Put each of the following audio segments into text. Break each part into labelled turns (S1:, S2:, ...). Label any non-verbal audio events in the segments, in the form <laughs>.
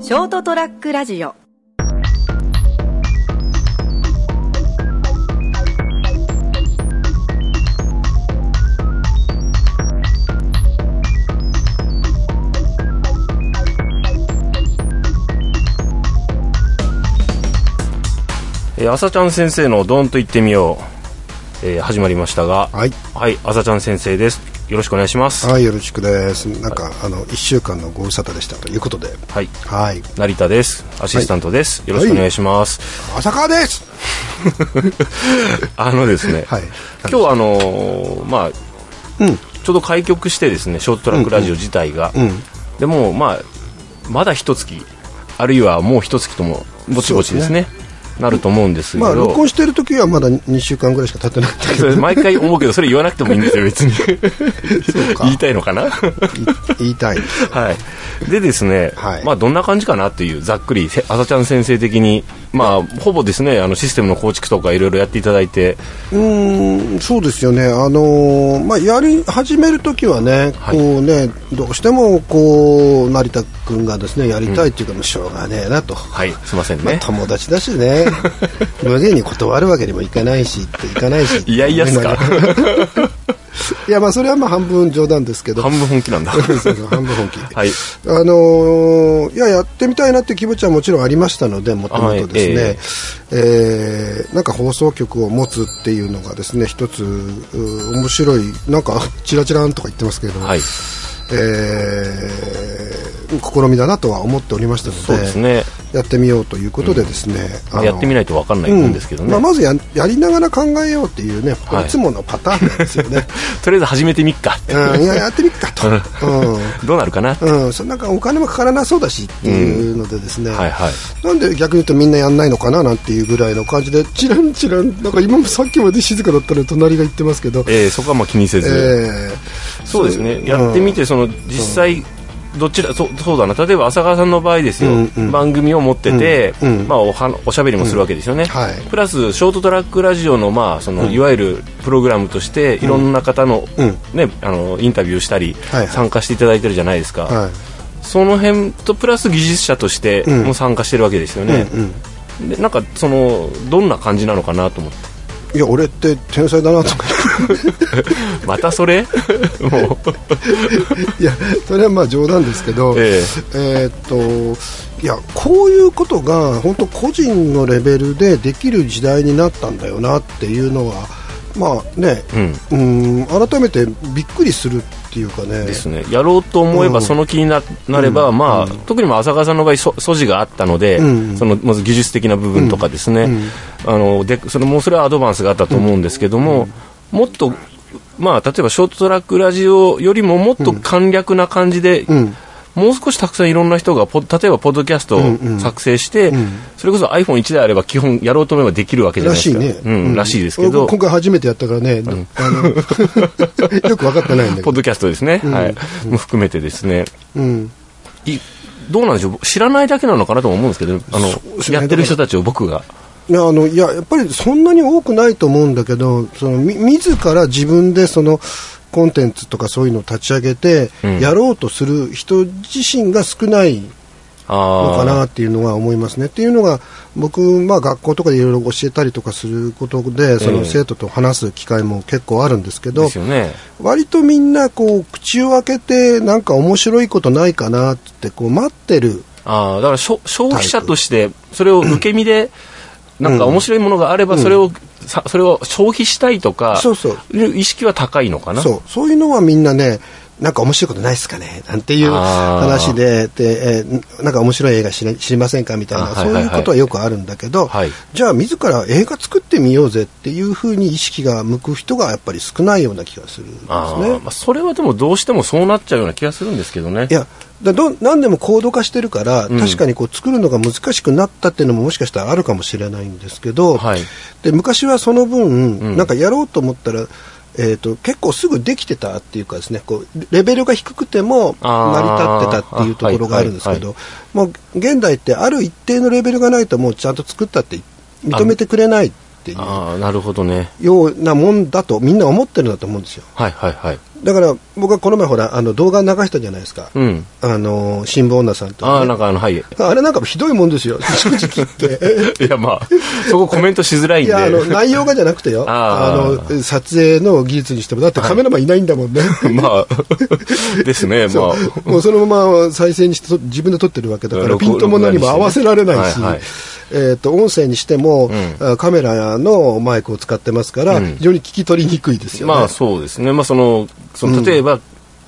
S1: ショートトラックラジオ
S2: えー、朝ちゃん先生のドーンと言ってみよう、えー始まりましたが
S3: はい、
S2: はい朝ちゃん先生ですよろしくお願いします
S3: はい、よろしくです。なんか、あの一週間のご無沙汰でしたということで、
S2: はい
S3: はい、
S2: 成田ですアシスタントです、よろしくお願いします、
S3: 浅川です。
S2: あのですね、
S3: <laughs> はい、
S2: 今日はあのーまあ、ちょうど開局してですねショートトラックラジオ自体が、
S3: うん、
S2: でもまあまだ一月あるいはもう一月ともぼちぼちですねなると思うんですけど、
S3: まあ録音してる時はまだ二週間ぐらいしか経ってないんだけ
S2: そ
S3: ど、
S2: れ <laughs> 毎回思うけどそれ言わなくてもいいんですよ別
S3: <laughs>
S2: に <laughs> 言いたいのかな <laughs>
S3: 言いたい。
S2: はい、でですね、
S3: はい
S2: まあ、どんな感じかなっていうざっくりせ朝ちゃん先生的に、まあ、ほぼですねあのシステムの構築とかいろいろやっていただいて
S3: うーん、そうですよね。あのーまあやり始める時はね、
S2: はい
S3: こうね、どうしてもこう成田君がですねやりたいっていうかもうしょうがねえなと。
S2: はいすいません
S3: まあ
S2: ね、
S3: 友達だし
S2: <laughs>
S3: ね無限に断るわけにもいかないしっていかないし
S2: いやいやっすか
S3: <laughs> いやまあそれはまあ半分冗談ですけど
S2: 半分本気なんだ
S3: そうそう半分本気、
S2: <laughs> はい
S3: あのーいややってみたいなっていう気持ちはもちろんありましたのでもともとですね、えーなんか放送局を持つっていうのがですね一つう面白いなんか <laughs> チラチラんとか言ってますけれども、
S2: はい
S3: えー試みだなとは思っておりましたので
S2: そうですね、
S3: やってみようということでですね、
S2: まあやってみ
S3: い
S2: ないと分かんないんですけどね、
S3: まあ、まずややりながら考えようっていうね、
S2: はい
S3: いつものパターンなんですよ
S2: <laughs>
S3: ね、
S2: とりあえず始めてみっかって、
S3: うん、いややってみっかと、うん、
S2: どうなるかな、
S3: うん、それなんかお金もかからなそうだしっていうのでですね、
S2: はいはい
S3: なんで逆に言うとみんなやんないのかななんていうぐらいの感じでチランチランなんか今もさっきまで静かだったのに隣が言ってますけど、
S2: えーそこはまあ気にせ
S3: え
S2: ず、
S3: ー
S2: そうですね、
S3: ん
S2: やってみてその実際どちらそうそうだな例えば浅川さんの場合ですよ、
S3: うんうん
S2: 番組を持ってて、
S3: うんうん
S2: まあ、おはおしゃべりもするわけですよね、
S3: はい
S2: プラスショートトラックラジオの,、まあそのいわゆるプログラムとしていろんな方の,、
S3: うん
S2: ね、あのインタビューしたり、
S3: はいはい
S2: 参加していただいてるじゃないですか、
S3: はい
S2: その辺とプラス技術者として
S3: ん
S2: も参加してるわけですよね、
S3: うんうん
S2: でなんかそのどんな感じなのかなと思って
S3: いや俺って天才だなとか
S2: またそれもう
S3: <laughs> いやそれはまあ冗談ですけど、
S2: え
S3: えーっといやこういうことが本当個人のレベルでできる時代になったんだよなっていうのはまあね、
S2: うん
S3: うん改めてびっくりするっていうかね
S2: ですね、やろうと思えば
S3: うん
S2: その気にななれば、まあ特にまあ浅川さんの場合そ素地があったので、
S3: うん
S2: そのまず技術的な部分とかですね、
S3: うん
S2: あのでそれもそれはアドバンスがあったと思うんですけども、もっと、まあ、例えばショートトラックラジオよりももっと簡略な感じで、
S3: ん
S2: もう少したくさんいろんな人がポ例えばポッドキャストを作成して、それこそ iPhone1 台あれば基本やろうと思えばできるわけじゃ
S3: ら
S2: ないです
S3: しい
S2: か
S3: ね、
S2: うん、らしいですけど
S3: 俺今回初めてやったからね、あの <laughs> よく分かってないんだ
S2: <laughs>
S3: け
S2: ポッ、
S3: ど
S2: ドキャストですね、はい、も含めてですね
S3: うん、
S2: いどうなんでしょう知らないだけなのかなとも思うんですけどあの、
S3: そうですね
S2: やってる人たちを僕が
S3: いやあのいややっぱりそんなに多くないと思うんだけどそのみ自ら自分でそのコンテンツとかそういうのを立ち上げて、
S2: うん
S3: やろうとする人自身が少ないのかな
S2: あ
S3: っていうのは思いますね。っていうのが僕、まあ、学校とかでいろいろ教えたりとかすることでそ
S2: ええ
S3: の生徒と話す機会も結構あるんですけ
S2: ー
S3: ど、
S2: ですよね
S3: 割とみんなこう口を開けてなんか面白いことないかなってこう待ってる
S2: あーだからしょ消費者としてそれを受け身でなんか面白いものがあればそれを、さそれを消費したいとか
S3: そうそう
S2: いう意識は高いのかな
S3: そうそういうのはみんなねなんか面白いことないですかねなんていう
S2: あー
S3: 話でで、えーなんか面白い映画知り知りませんかみたい
S2: あ
S3: な
S2: はい
S3: そう
S2: はい
S3: い
S2: はいう
S3: ことはよくあるんだけど、
S2: はい
S3: じゃあ自ら映画作ってみようぜっていうふうに意識が向く人がやっぱり少ないような気がするんですね。
S2: あーまあ、それはでもどうしてもそうなっちゃうような気がするんですけどね
S3: いやだど何でも高度化してるから、
S2: うん
S3: 確かにこう作るのが難しくなったっていうのももしかしたらあるかもしれないんですけど、
S2: はい
S3: で昔はその分、
S2: うん
S3: なんかやろうと思ったら、えー、と結構すぐできてたっていうかですねこうレベルが低くても
S2: あー
S3: 成り立ってたっていうところがあるんですけど、
S2: は
S3: もう現代ってある一定のレベルがないともうちゃんと作ったって認めてくれないっていう
S2: ああなるほどね
S3: ようなもんだとみんな思ってるんだと思うんですよ。
S2: はいはいはい
S3: だから僕はこの前ほらあの動画流したじゃないですか、
S2: うん。
S3: あの新聞女さんと
S2: あ
S3: か
S2: あ、
S3: ね、
S2: なんかあの、はい。い
S3: あれなんかひどいも
S2: <laughs>
S3: んですよ正直言って
S2: や、まあ、そこコメントしづらいん
S3: い
S2: で。
S3: やあの内容がじゃなくてよ
S2: あ
S3: あ
S2: ー
S3: の撮影の技術にしてもだってカメラマンいないんだもんね、
S2: <laughs> まあ、ですね、まあ。
S3: もう <laughs> そのまま再生にしてと自分で撮ってるわけだから
S2: 録
S3: ピントも何も合わせられないし、
S2: はいはい
S3: えー、と音声にしても、あカメラのマイクを使ってますから、非常に聞き取りにくいですよね。
S2: まあそうですね、まあ、そのその例えば、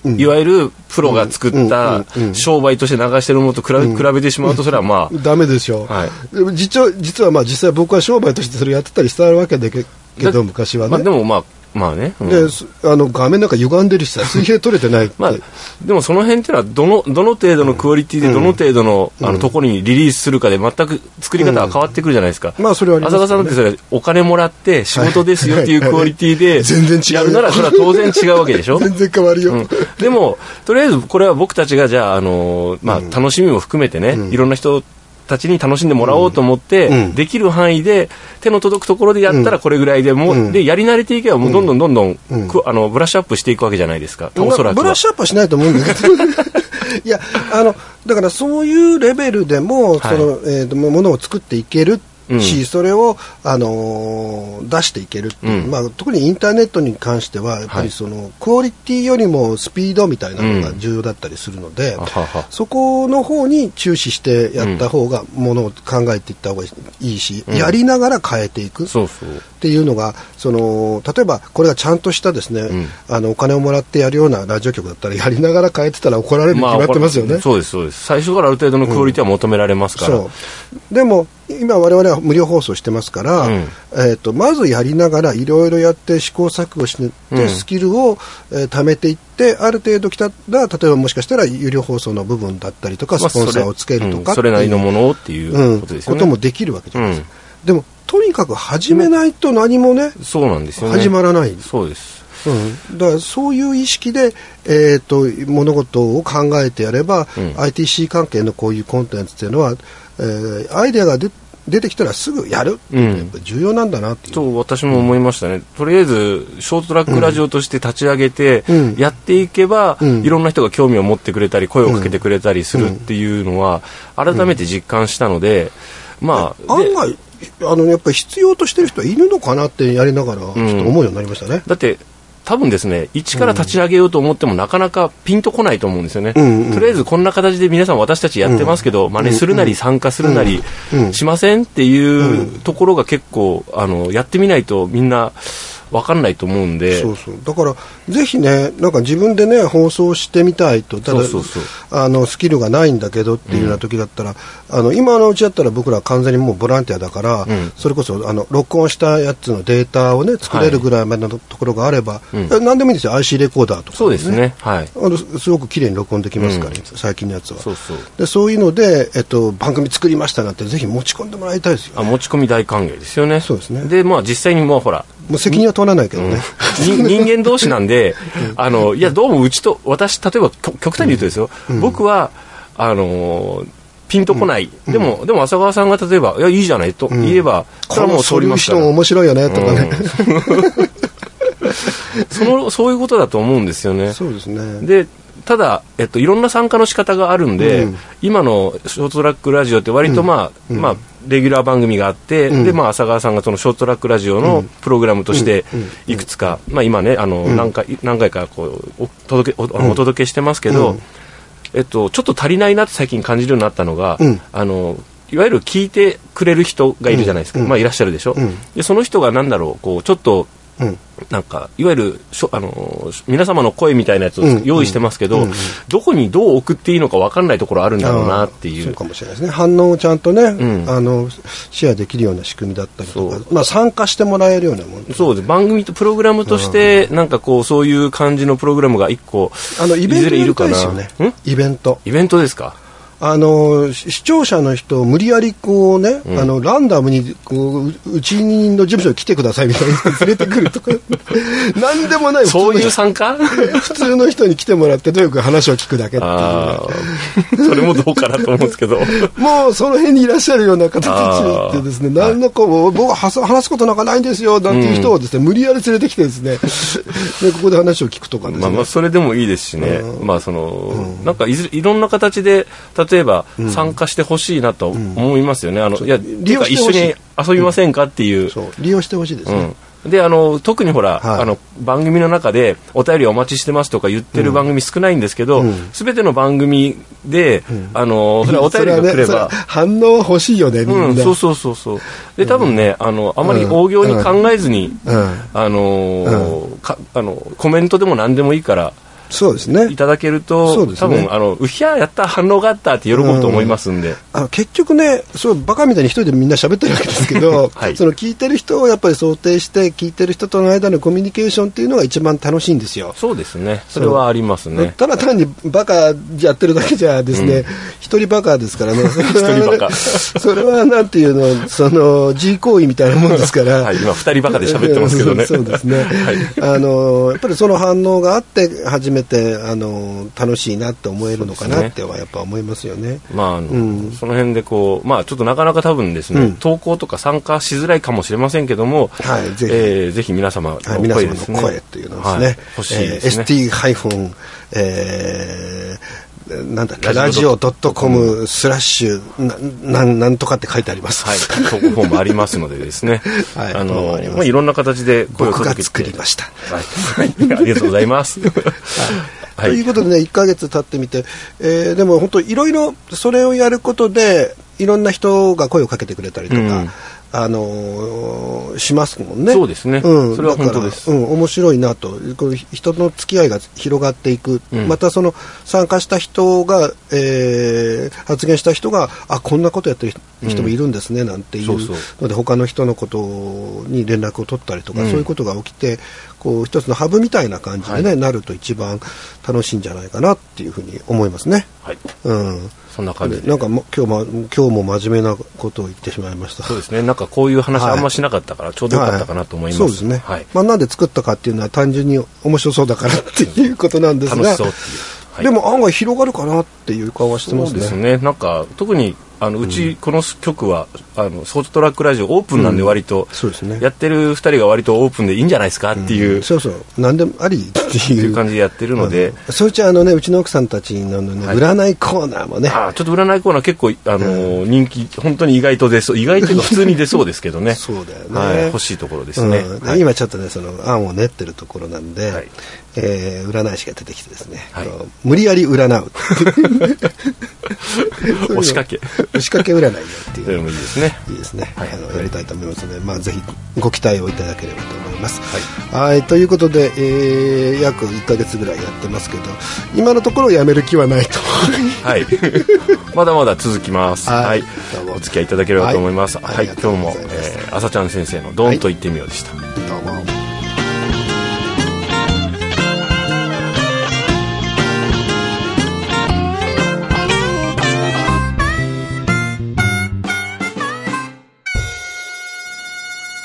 S2: いわゆるプロが作った商売として流してるものと比べ,、比べてしまうとそれはまあ
S3: ダメですよ、
S2: はい
S3: でも実は実はまあ実際僕は商売としてそれやってたりしてたわけだけけ
S2: だ
S3: ど昔はね、
S2: まあでもまあまあね、うん
S3: でそあの画面なんか歪んでるしさ水平取れてないって、
S2: <laughs> まあ、でもその辺っていうのはどのどの程度のクオリティでどの程度の,、あのところにリリースするかで全く作り方が変わってくるじゃないですか、
S3: うんまあそれはあります
S2: 浅
S3: よね
S2: 川さんだってそれお金もらって仕事ですよっていうクオリティで
S3: 全然違うよ
S2: やるならそれは当然違うわけでしょ
S3: <laughs> 全然変わるよ、
S2: うん <laughs> でも、とりあえずこれは僕たちがじゃあ、あのーまあ、楽しみも含めてね、いろんな人たちに楽しんでもらおうと思って、
S3: うん
S2: できる範囲で手の届くところでやったらこれぐらいでも、
S3: うん
S2: でやり慣れていけばもうどんどんどんどん、くあのブラッシュアップしていくわけじゃないですか、おそらくは
S3: ブラッシュアップはしないと思うんだけ
S2: <laughs>
S3: どいやあのだからそういうレベルでも、
S2: はい
S3: そのえーとものを作っていけるし、
S2: うん
S3: それを、あのー出していけるっていう、
S2: うん
S3: まあ、特にインターネットに関してはやっぱ
S2: は
S3: り
S2: い
S3: その、クオリティよりもスピードみたいなのが重要だったりするので、
S2: あはは
S3: そこの方に注視してやった方がものを考えていった方がいいし、やりながら変えていく
S2: そうそう
S3: っていうのがその例えばこれがちゃんとしたですね、
S2: ん
S3: あのお金をもらってやるようなラジオ局だったらやりながら変えてたら怒られるに決まってますよね。
S2: そうですそうです最初からある程度のクオリティは求められますから、
S3: そうでも今我々は無料放送してますから、
S2: うん
S3: えー、とまずやりながらいろいろやって試行錯誤して
S2: うん
S3: スキルを、えー貯めていってある程度きたら例えばもしかしたら有料放送の部分だったりとかス
S2: まあ
S3: ポンサーをつける
S2: そ
S3: とかって
S2: れ,、うん、それなりのものをっていううんことですよ
S3: こ
S2: ね、
S3: ともできるわけじゃないですか、でもとにかく始めないと何もね、
S2: そうなんですよね
S3: 始まらない
S2: そうです
S3: うん、だからそういう意識で、えー、と物事を考えてやれば、
S2: うん
S3: ITC 関係のこういうコンテンツっていうのは、えーアイデアが出出てきたらすぐやるっていうのはやっぱ重要なんだなっていう、
S2: と私も思いましたね、とりあえずショートトラックラジオとして立ち上げて、
S3: うん
S2: やっていけば、
S3: うん
S2: いろんな人が興味を持ってくれたり声をかけてくれたりするっていうのは改めて実感したので、まあで
S3: 案外あのやっぱり必要としてる人はいるのかなってやりながらちょっと思うようになりましたね、
S2: だって多分ですね一から立ち上げようと思ってもなかなかピンとこないと思うんですよね、
S3: うんうん
S2: とりあえずこんな形で皆さん私たちやってますけど、真似するなり参加するなり
S3: うん
S2: しませんっていうところが結構あのやってみないとみんな分かんないと思うんで。
S3: そうそうだからぜひねなんか自分でね放送してみたいとただ
S2: そうそうそう
S3: あのスキルがないんだけどっていうような時だったら、あの今のうちだったら僕ら完全にもうボランティアだから、
S2: ん
S3: それこそあの録音したやつのデータをね作れるぐらいまでのところがあれば、
S2: うん
S3: え何でもいいんですよ IC レコーダーとか、
S2: そうですねはい
S3: あのすすごく綺麗に録音できますから、最近のやつは
S2: そうそう
S3: でそういうので、えっと、番組作りましたなんてぜひ持ち込んでもらいたいですよ
S2: あ持ち込み大歓迎ですよね。
S3: そうですね
S2: で、まあ実際にもうほ
S3: <laughs>
S2: ら、
S3: もう責任は取らないけどね、
S2: 人人間同士なんで、あの、いや、どうもうちと、私、例えば極極端に言うとですよ、僕は、あのーピンとこない、でも、でも浅川さんが例えば、いや、いいじゃないと言えば、それ
S3: こ
S2: はも
S3: の
S2: う通
S3: ソ
S2: り
S3: リュ
S2: ま
S3: ー
S2: す
S3: シ
S2: か
S3: ョン
S2: ら。
S3: 面白いよねとかね、
S2: その、そういうことだと思うんですよね。
S3: <laughs> そうですね
S2: でただ、えっと、いろんな参加の仕方があるんで、
S3: うん
S2: 今のショートトラックラジオって割とまあ、まあレギュラー番組があって、
S3: ん
S2: でまあ浅川さんがそのショートトラックラジオのプログラムとしていくつか、まあ今ねあの、何回何回かこうお届けおお届けしてますけど、えっとちょっと足りないなと最近感じるようになったのが、
S3: うん
S2: あのいわゆる聞いてくれる人がいるじゃないですか、
S3: うん
S2: まあいらっしゃるでしょ、
S3: うん
S2: でその人がなんだろうこうちょっと
S3: うん
S2: なんかいわゆるしょあのー皆様の声みたいなやつを
S3: うん
S2: 用意してますけど、どこにどう送っていいのか分かんないところあるんだろうなってい
S3: そううかもしれないですね反応をちゃんとね、
S2: ん
S3: あのシェアできるような仕組みだったりとか
S2: そ、
S3: まあ、参加してもらえるようなもの
S2: そうです番組とプログラムとしてなんかこうそういう感じのプログラムが一個
S3: あのイベン
S2: いず
S3: ト
S2: れ
S3: や
S2: いる
S3: り
S2: か
S3: たいで
S2: な
S3: すよね
S2: ん
S3: イベント
S2: イベントですか
S3: あの視聴者の人を無理やりこうね、あのランダムにこうううちの事務所に来てくださいみたいに <laughs> 連れてく
S2: <laughs>
S3: るとかなんでもない普通の
S2: そういう参加
S3: 普通の人に来てもらってとにかく話を聞くだけっていうね
S2: ああ、それもどうかなと思うんですけど。
S3: もうその辺にいらっしゃるような方たちでですね、
S2: あー
S3: 何のこう、僕ははさ話すことなんかないんですよ、なんていう人をですね、無理やり連れてきてです <laughs> ね、でここで話を聞くとかですね。
S2: まあまあ、それでもいいですしね。まあ、その、なんかいず、いろんな形で、例えば、参加してほしいなと思いますよね。あの、いや、
S3: 利
S2: て
S3: 用
S2: か
S3: して
S2: 一
S3: ほし
S2: 緒
S3: い
S2: に遊びませんかっていう。
S3: そう、利用してほしいですね。
S2: うん、であの特にほら、
S3: はい
S2: あの番組の中でお便りお待ちしてますとか言ってる番組少ないんですけど、すべての番組で、あのそれはお便りが来れ
S3: そは
S2: ば
S3: ね、そ。反応欲しいよね、みんな。
S2: うん、そうそうそうそうで多分ね、あのあまり大行に考えずに、
S3: うん
S2: あのーかあのコメントでも何でもいいから
S3: そうです
S2: い
S3: ね。
S2: ただけると、
S3: そうです
S2: 多
S3: ね
S2: 分あのうひゃーやった反応があったって喜ぶと思いますんで、
S3: あの結局ね、そうバカみたいに一人でみんな喋ってるわけですけど、
S2: <laughs> はい
S3: その聞いてる人をやっぱり想定して、聞いてる人との間のコミュニケーションっていうのが一番楽しいんですよ。
S2: そうですねそれはありますね
S3: ただ単にバカやってるだけじゃですね、一、人バカで
S2: <laughs>
S3: すからね。一
S2: 人バカ
S3: <laughs> それはなんていうの、その、G 行為みたいなもんですから。
S2: はい、今二人バカで喋ってますけどね
S3: <laughs> そうそうですね。
S2: はい
S3: あの、やっぱりその反応があって、初めて、あの、楽しいなって思えるのか
S2: そう
S3: な
S2: で
S3: っ
S2: す
S3: てはやっぱ思いますよね。
S2: まああの
S3: うん
S2: その辺でこう、まあ、ちょっとなかなか多分ですね、
S3: うん
S2: 投稿とか参加しづらいかもしれませんけども、
S3: はいぜひ
S2: えーぜひ皆様の
S3: は
S2: 声
S3: い、皆様
S2: ですね
S3: の声っていうのはですね
S2: は、欲しいですね、
S3: えー ST- えーなんだっけラ
S2: ラ
S3: ジ
S2: ジ
S3: オ
S2: オ
S3: ドットコムスラッシュななんなんとかって書いてあります、、
S2: はい、投稿フォームありますのでですね
S3: <laughs> はい
S2: あ
S3: フォーム
S2: の
S3: あります
S2: まあ、いろんな形で声を
S3: 僕
S2: 届
S3: が
S2: けて
S3: 作りました、
S2: はい、はいありがとうござい
S3: <laughs>
S2: ます。は
S3: という
S2: い、
S3: ことでね1か月経ってみて、えーでも本当いろいろそれをやることでいろんな人が声をかけてくれたりとか、
S2: うん
S3: あのーしますもんね
S2: そうですねそれは本当です
S3: だからうん、面白いなとこう人の付き合いが広がっていく、
S2: うん
S3: またその参加した人が、えー発言した人があこんなことやってる人もいるんですね、なんていう
S2: そうそう
S3: ので他の人のことに連絡を取ったりとか、
S2: うん
S3: そういうことが起きてこう一つのハブみたいな感じで、ね
S2: は
S3: なると一番楽しいんじゃないかなっていうふうに思いますね。
S2: はい、
S3: うん、
S2: そんな感じで
S3: なんかも今日も今日も真面目なことを言ってしまいました。
S2: そうですね、なんかこういう話あんましなかったから、ちょうどよかったかなと思います。
S3: はいそうですね、
S2: はい、
S3: まあ、なんで作ったかっていうのは単純に面白そうだからっていうことなんです
S2: 楽
S3: が
S2: しそうっていう。はい
S3: でも案外広がるかなっていう顔はして
S2: そ
S3: ま
S2: う
S3: す
S2: です
S3: ね。
S2: ね、なんか特にあのうちこの曲は、あのソフトトラックラジオオープンなんで割と、
S3: そうですね
S2: やってる2人が割とオープンでいいんじゃないですかっていう,、
S3: そうそう、何でもありってい
S2: い
S3: う
S2: う感じでやってるので、
S3: うんそれじゃあのね、うちの奥さんたちのね、
S2: はい
S3: 占いコーナーもね、
S2: あーちょっと占いコーナー結構、あのー人気本当に意外と出そう意外というか普通に出そうですけどね
S3: <laughs> そうだよね
S2: はい、欲しいところですね、
S3: うん
S2: はい
S3: 今ちょっとねその案を練ってるところなんで、
S2: はい
S3: えー占い師が出てきてですね、
S2: はい
S3: こう無理やり占う
S2: <laughs> 押しかけ
S3: 押しかけ占いよっていう
S2: でもいいですね
S3: いいですね、
S2: はい
S3: あのやりたいと思いますので、まあ、ぜひご期待をいただければと思います。はい、ということで、えー約1ヶ月ぐらいやってますけど今のところやめる気はな
S2: <laughs>
S3: いと
S2: はいまだまだ続きます
S3: は
S2: はいい、
S3: どうも
S2: お付き合いいただければと思います
S3: はい
S2: はい、
S3: ありがと
S2: 今
S3: う
S2: 日も
S3: ございました
S2: えー朝ちゃん先生の「ドンと言ってみよう」でした、
S3: どうも